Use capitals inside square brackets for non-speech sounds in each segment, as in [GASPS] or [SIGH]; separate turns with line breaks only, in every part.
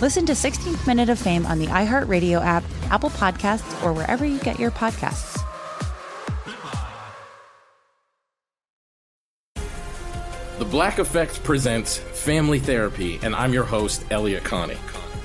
Listen to 16th Minute of Fame on the iHeartRadio app, Apple Podcasts, or wherever you get your podcasts.
The Black Effect presents Family Therapy, and I'm your host, Elliot Connie.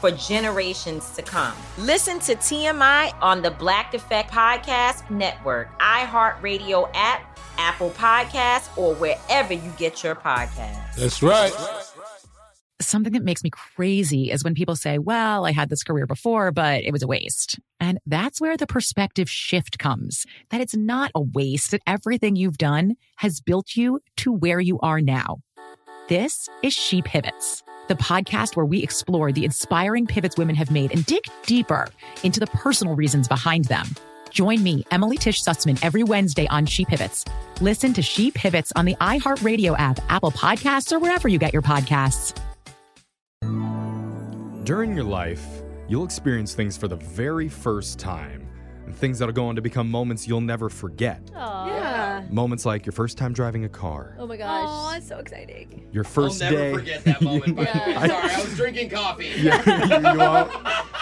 for generations to come. Listen to TMI on the Black Effect Podcast Network, iHeartRadio app. Apple Podcasts, or wherever you get your podcasts.
That's right.
Something that makes me crazy is when people say, Well, I had this career before, but it was a waste. And that's where the perspective shift comes that it's not a waste, that everything you've done has built you to where you are now. This is She Pivots, the podcast where we explore the inspiring pivots women have made and dig deeper into the personal reasons behind them. Join me, Emily Tish Sussman, every Wednesday on She Pivots. Listen to She Pivots on the iHeartRadio app, Apple Podcasts, or wherever you get your podcasts.
During your life, you'll experience things for the very first time, and things that'll go on to become moments you'll never forget.
Yeah.
Moments like your first time driving a car,
Oh my gosh.
Oh, it's so exciting.
your 1st
I'll never
day.
forget that moment. by the
[LAUGHS]
way.
I-
Sorry, I was drinking coffee.
[LAUGHS] yeah, you, you all,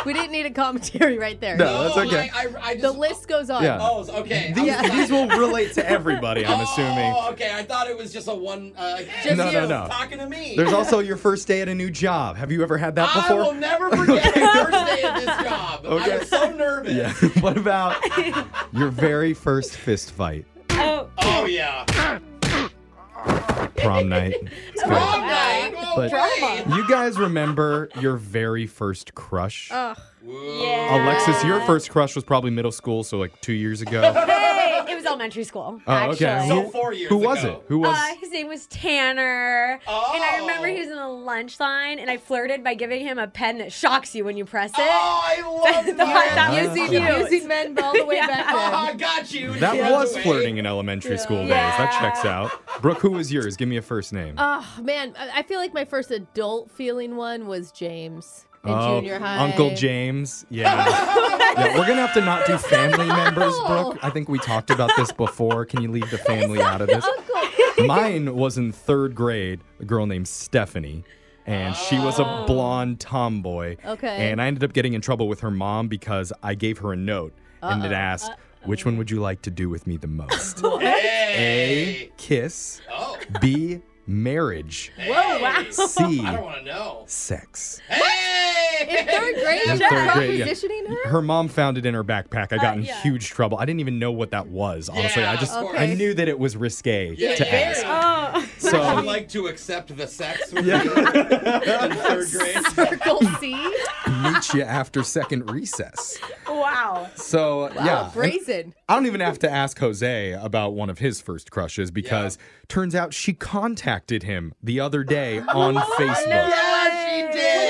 We didn't need a commentary right there.
No. that's
Oh,
okay.
I, I, I just,
The list goes on.
Yeah.
Oh, okay.
these,
I was-
these will relate to everybody, I'm assuming.
Oh, okay. I thought it was just a one. Uh,
Just No, no, you. no.
Talking to me.
There's also your first day at a new job. Have you ever had that [LAUGHS]
I
before?
will never forget the first day of this job.
Okay.
I was so nervous.
yeah. what about your very first fist fight?
Oh yeah.
Prom night. It's great.
Prom night. Oh,
But-
great.
You guys remember your very first crush?
Ugh.
Whoa.
Alexis, your first crush was probably middle school, so like two years
[LAUGHS]
ago.
Hey, it was elementary school.
Oh, okay.
actually.
So
Who-
four years
Who was
ago.
it? Who was?
Uh, his name was Tanner.
Oh.
And I remember he was in the lunch line, and I flirted by giving him a pen that shocks you when you press it.
Oh,
[LAUGHS]
I love
The
that.
hot dog.
Yeah.
Using,
Yeah.
using men all the way
[LAUGHS] Oh,
back
I got you.
that
Runs
was
away.
flirting in elementary school days. That checks out. Brooke, who was yours? Give me a first
then.
name.
Oh man, I I feel like my first adult feeling one was James in
Oh,
junior high.
Uncle James.
[LAUGHS]
Yeah. yeah. We're going to have to not do family members, Brooke. I think we talked about this before. Can you leave the family out of this? Mine was in third grade, a girl named Stephanie. And she was a blonde tomboy.
Oh. Okay.
And I ended up getting in trouble with her mom because I gave her a note and it asked, which one would you like to do with me
[LAUGHS]
the most?
Hey.
a, kiss.
Oh.
B, marriage.
Whoa.
C,
I don't want to know.
sex.
Hey.
In third grade,
In
you're
third grade, yeah.
propositioning her.
Her mom found it in her backpack. I got in huge trouble. I didn't even know what that was, honestly. I
Yeah,
just
of
course.
I knew that it was risque
Yeah,
to
yeah.
ask.
Oh.
I would
So
like to accept the sex with
Yeah.
you in third grade.
Circle C.
[LAUGHS] meet you after second recess.
Wow.
So yeah.
Wow, brazen.
I don't even have to ask Jose about one of his first crushes because turns out she contacted him the other
[GASPS]
day on Facebook.
Yeah, she did.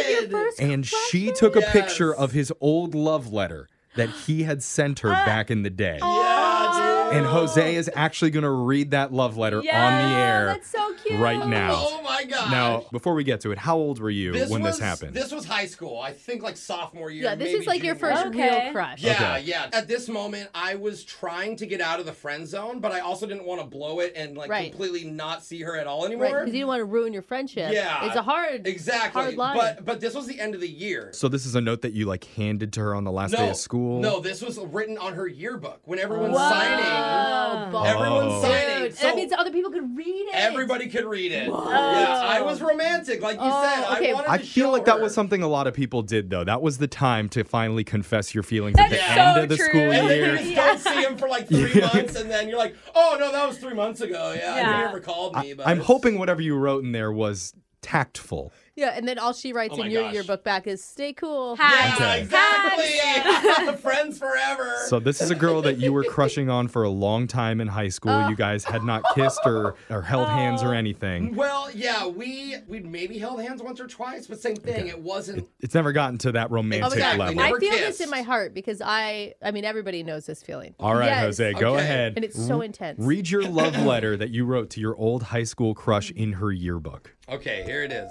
And she took a picture
Yes.
Ah.
of his old love letter that he had sent her back in the day.
Yeah,
And Jose is actually going to read that love letter on the air
That's so cute.
right now.
Oh my gosh.
Now, before we get to it, how old were you when
was,
this happened?
This was high school. I think like sophomore year.
Yeah, this is
maybe
like your
junior
first
year.
real crush.
Yeah,
Okay.
yeah. At this moment, I was trying to get out of the friend zone, but I also didn't want to blow it and like
Right.
completely not see her at all
Right,
anymore.
because you didn't want to ruin your friendship.
Yeah,
It's a hard,
exactly.
hard line.
But but this was the end of the year.
so this is a note that you like handed to her on the last
no,
day of school.
No, this was written on her yearbook when everyone's
Whoa,
signing.
balls.
Everyone's
Oh.
signing.
Dude,
so
that means other people could read it.
everybody could read it.
Whoa.
Yeah, I was romantic, like you
Oh,
said.
okay.
I wanted
I
to
feel
show
like
her.
that was something a lot of people did, though. That was the time to finally confess your feelings at
That's
the
so
end of the
true.
school
And
year.
then you just don't see him for
[LAUGHS]
like three months, and then you're like, oh no, that was three months ago. Yeah,
Yeah.
he never called me. But
I'm hoping whatever you wrote in there was tactful.
Yeah, and then all she writes
Oh my
in your
gosh.
yearbook back is "Stay cool."
Hi.
[LAUGHS]
Okay.
exactly. [LAUGHS] Friends forever.
So this is a girl that you were crushing on for a long time in high school.
Oh.
You guys had not kissed or, or held hands or anything.
Well, yeah, we we maybe held hands once or twice, but same thing. It wasn't. Oh
It's never gotten to that romantic level.
I feel this in my heart because I, I mean, everybody knows this feeling.
All right,
Yes.
Jose, go ahead.
And it's so
Re-
intense.
Read [COUGHS] your love letter that you wrote to your old high school crush in her yearbook.
Okay, here it is.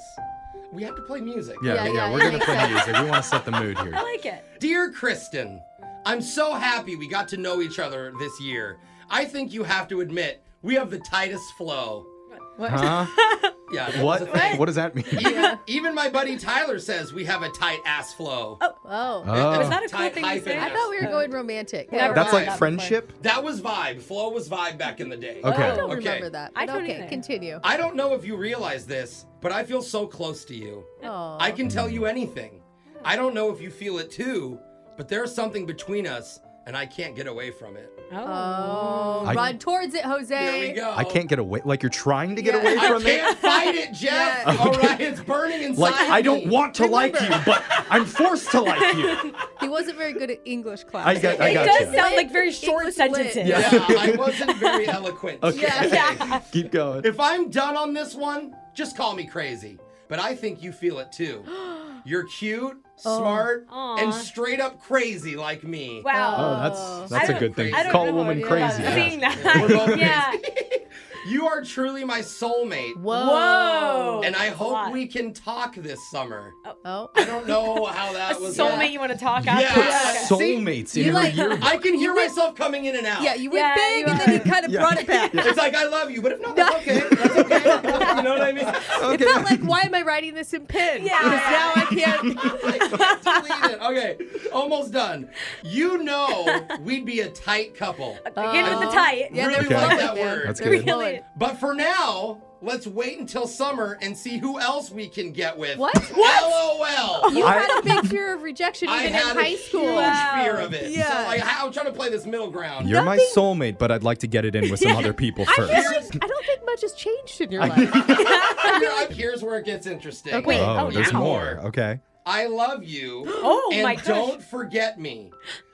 We have to play music.
Yeah, yeah, we're going to play music. We want to set the mood
[LAUGHS]
here.
like it. Dear Kristen, I'm so happy we got to know each other this year. I think you have to admit we have the tightest flow.
Huh? [LAUGHS]
Yeah. that was
What?
a thing.
What does that mean?
Even, even my buddy Tyler says we have a tight ass flow.
Oh, oh.
[LAUGHS] Oh. Was
that a cool Tight thing to hyphen. say?
I thought we were going romantic.
That's like friendship?
That was vibe. Flow was vibe back in the day.
Okay.
I don't remember that.
I
but
don't
okay,
either.
continue.
I don't know if you realize this, but I feel so close to you.
Aw.
I can tell you anything. I don't know if you feel it too, but there's something between us, and I can't get away from it.
Oh,
I-
run towards it, Jose. There we
go.
I can't get away. Like you're trying to get
Yeah.
away
I
from
can't
it.
fight it, Jeff.
Yeah.
All right, it's burning inside.
Like I don't
me.
want to like you, but I'm forced to like you.
he wasn't very good at English class.
I got- I It got does you.
sound like very short sentences.
Yeah. [LAUGHS] I wasn't very eloquent.
[LAUGHS]
[LAUGHS]
Okay. Keep going.
If I'm done on this one, just call me crazy. But I think you feel
[GASPS]
it too. You're cute,
Oh.
smart,
Aw.
and straight up crazy like me.
Wow.
Oh, that's that's a good thing.
I don't
Call a
know
woman
if you're
crazy.
allowed to
yeah.
sing yeah. you are truly my soulmate.
Whoa. Whoa.
And I
That's a
hope
lot.
we can talk this summer.
Oh.
I
[LAUGHS]
don't know how that
a
was.
soulmate you want to talk
Yeah.
after?
[LAUGHS] Soulmates in
You
her
[LAUGHS]
like-
yearbook.
I can hear myself coming in and out.
Yeah, you went Yeah, big you and then are. you kind of
Yeah. brought it [LAUGHS] back.
It's like I love you, but if not, that's okay.
[LAUGHS]
That's okay. [LAUGHS] You know what I mean?
It felt like, why am I writing this in pen? Yeah.
[LAUGHS]
now I
[LAUGHS]
can't.
Delete it. Okay, almost done.
[LAUGHS]
You know, we'd be a tight couple.
Begin with the
I
tight.
Really
Yeah, they're
like
flowing,
that
man.
word.
That's They're good. flowing.
But for now, let's wait until summer and see who else we can get with.
What?
[LAUGHS]
LOL.
You had a big fear of rejection
I
even
had
in
a
high school.
huge fear of it. So,
Yeah.
like, I'm trying to play this middle ground. [LAUGHS]
You're my soulmate, but I'd like to get it in with some other people
I, feel
first.
like- I don't think much has changed in your life.
Here's where it gets interesting.
oh, there's more. Okay.
I love you.
[GASPS] Oh,
and
my gosh.
don't forget me.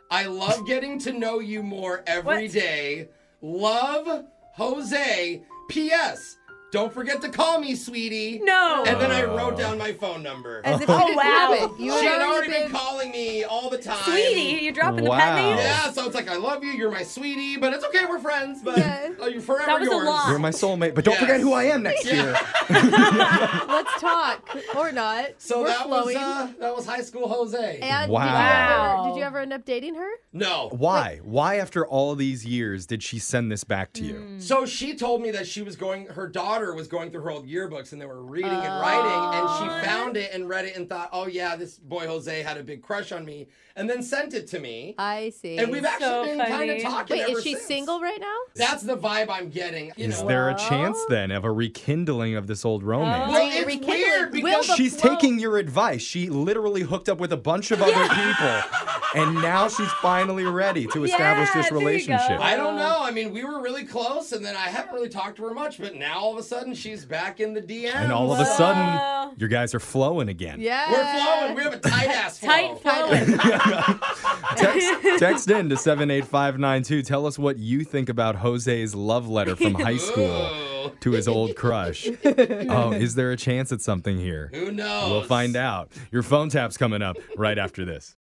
I love getting to know you more every
What?
day. Love, Jose. P.S. Don't forget to call me, sweetie.
No.
And then I
Oh.
wrote down my phone number.
As if you Oh, didn't have wow. it.
[LAUGHS] She
You had
had
already
already been
been-
calling me all the time.
Sweetie, you're dropping the
pet name? Wow.
Yeah, so it's like, I love you. You're my sweetie, but it's okay. We're friends. But [LAUGHS] oh, you're forever
That was a
yours.
lot.
You're my soulmate, but don't forget who I am next year.
Let's talk or not.
So
We're
that
flowing.
was uh, that was high school Jose.
And
Wow.
Did, you ever, did you ever end up dating her?
No.
Why? Why after all these years did she send this back to you?
So she told me that she was going, her daughter was going through her old yearbooks and they were reading and writing,
Oh.
and she found it and read it and thought, oh yeah, this boy Jose had a big crush on me, and then sent it to me.
I see.
And we've actually been kind of talking.
Wait,
ever
is she
since.
single right now?
That's the vibe I'm getting. You
Is
know.
there a chance then of a rekindling of this old romance?
Well, it's weird because
She's taking your advice. She literally hooked up with a bunch of other people, and now she's finally ready to establish this relationship.
I don't know. I mean, we were really close, and then I haven't really talked to her much, but now all of a sudden she's back in the DM.
And all of a sudden, your guys are flowing again.
Yeah.
We're flowing. We have a tight ass flow.
Tight
[LAUGHS]
Text, text in to 78592. Tell us what you think about Jose's love letter from high
[LAUGHS]
school to his old crush. Oh, is there a chance at something here?
Who knows?
We'll find out. Your phone tap's coming up right after this.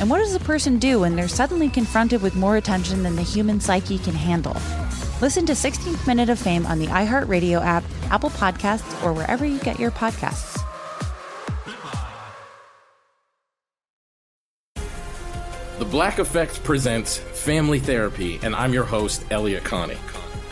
And what does a person do when they're suddenly confronted with more attention than the human psyche can handle? Listen to 16th Minute of Fame on the iHeartRadio app, Apple Podcasts, or wherever you get your podcasts.
The Black Effect presents Family Therapy, and I'm your host, Elia Connie.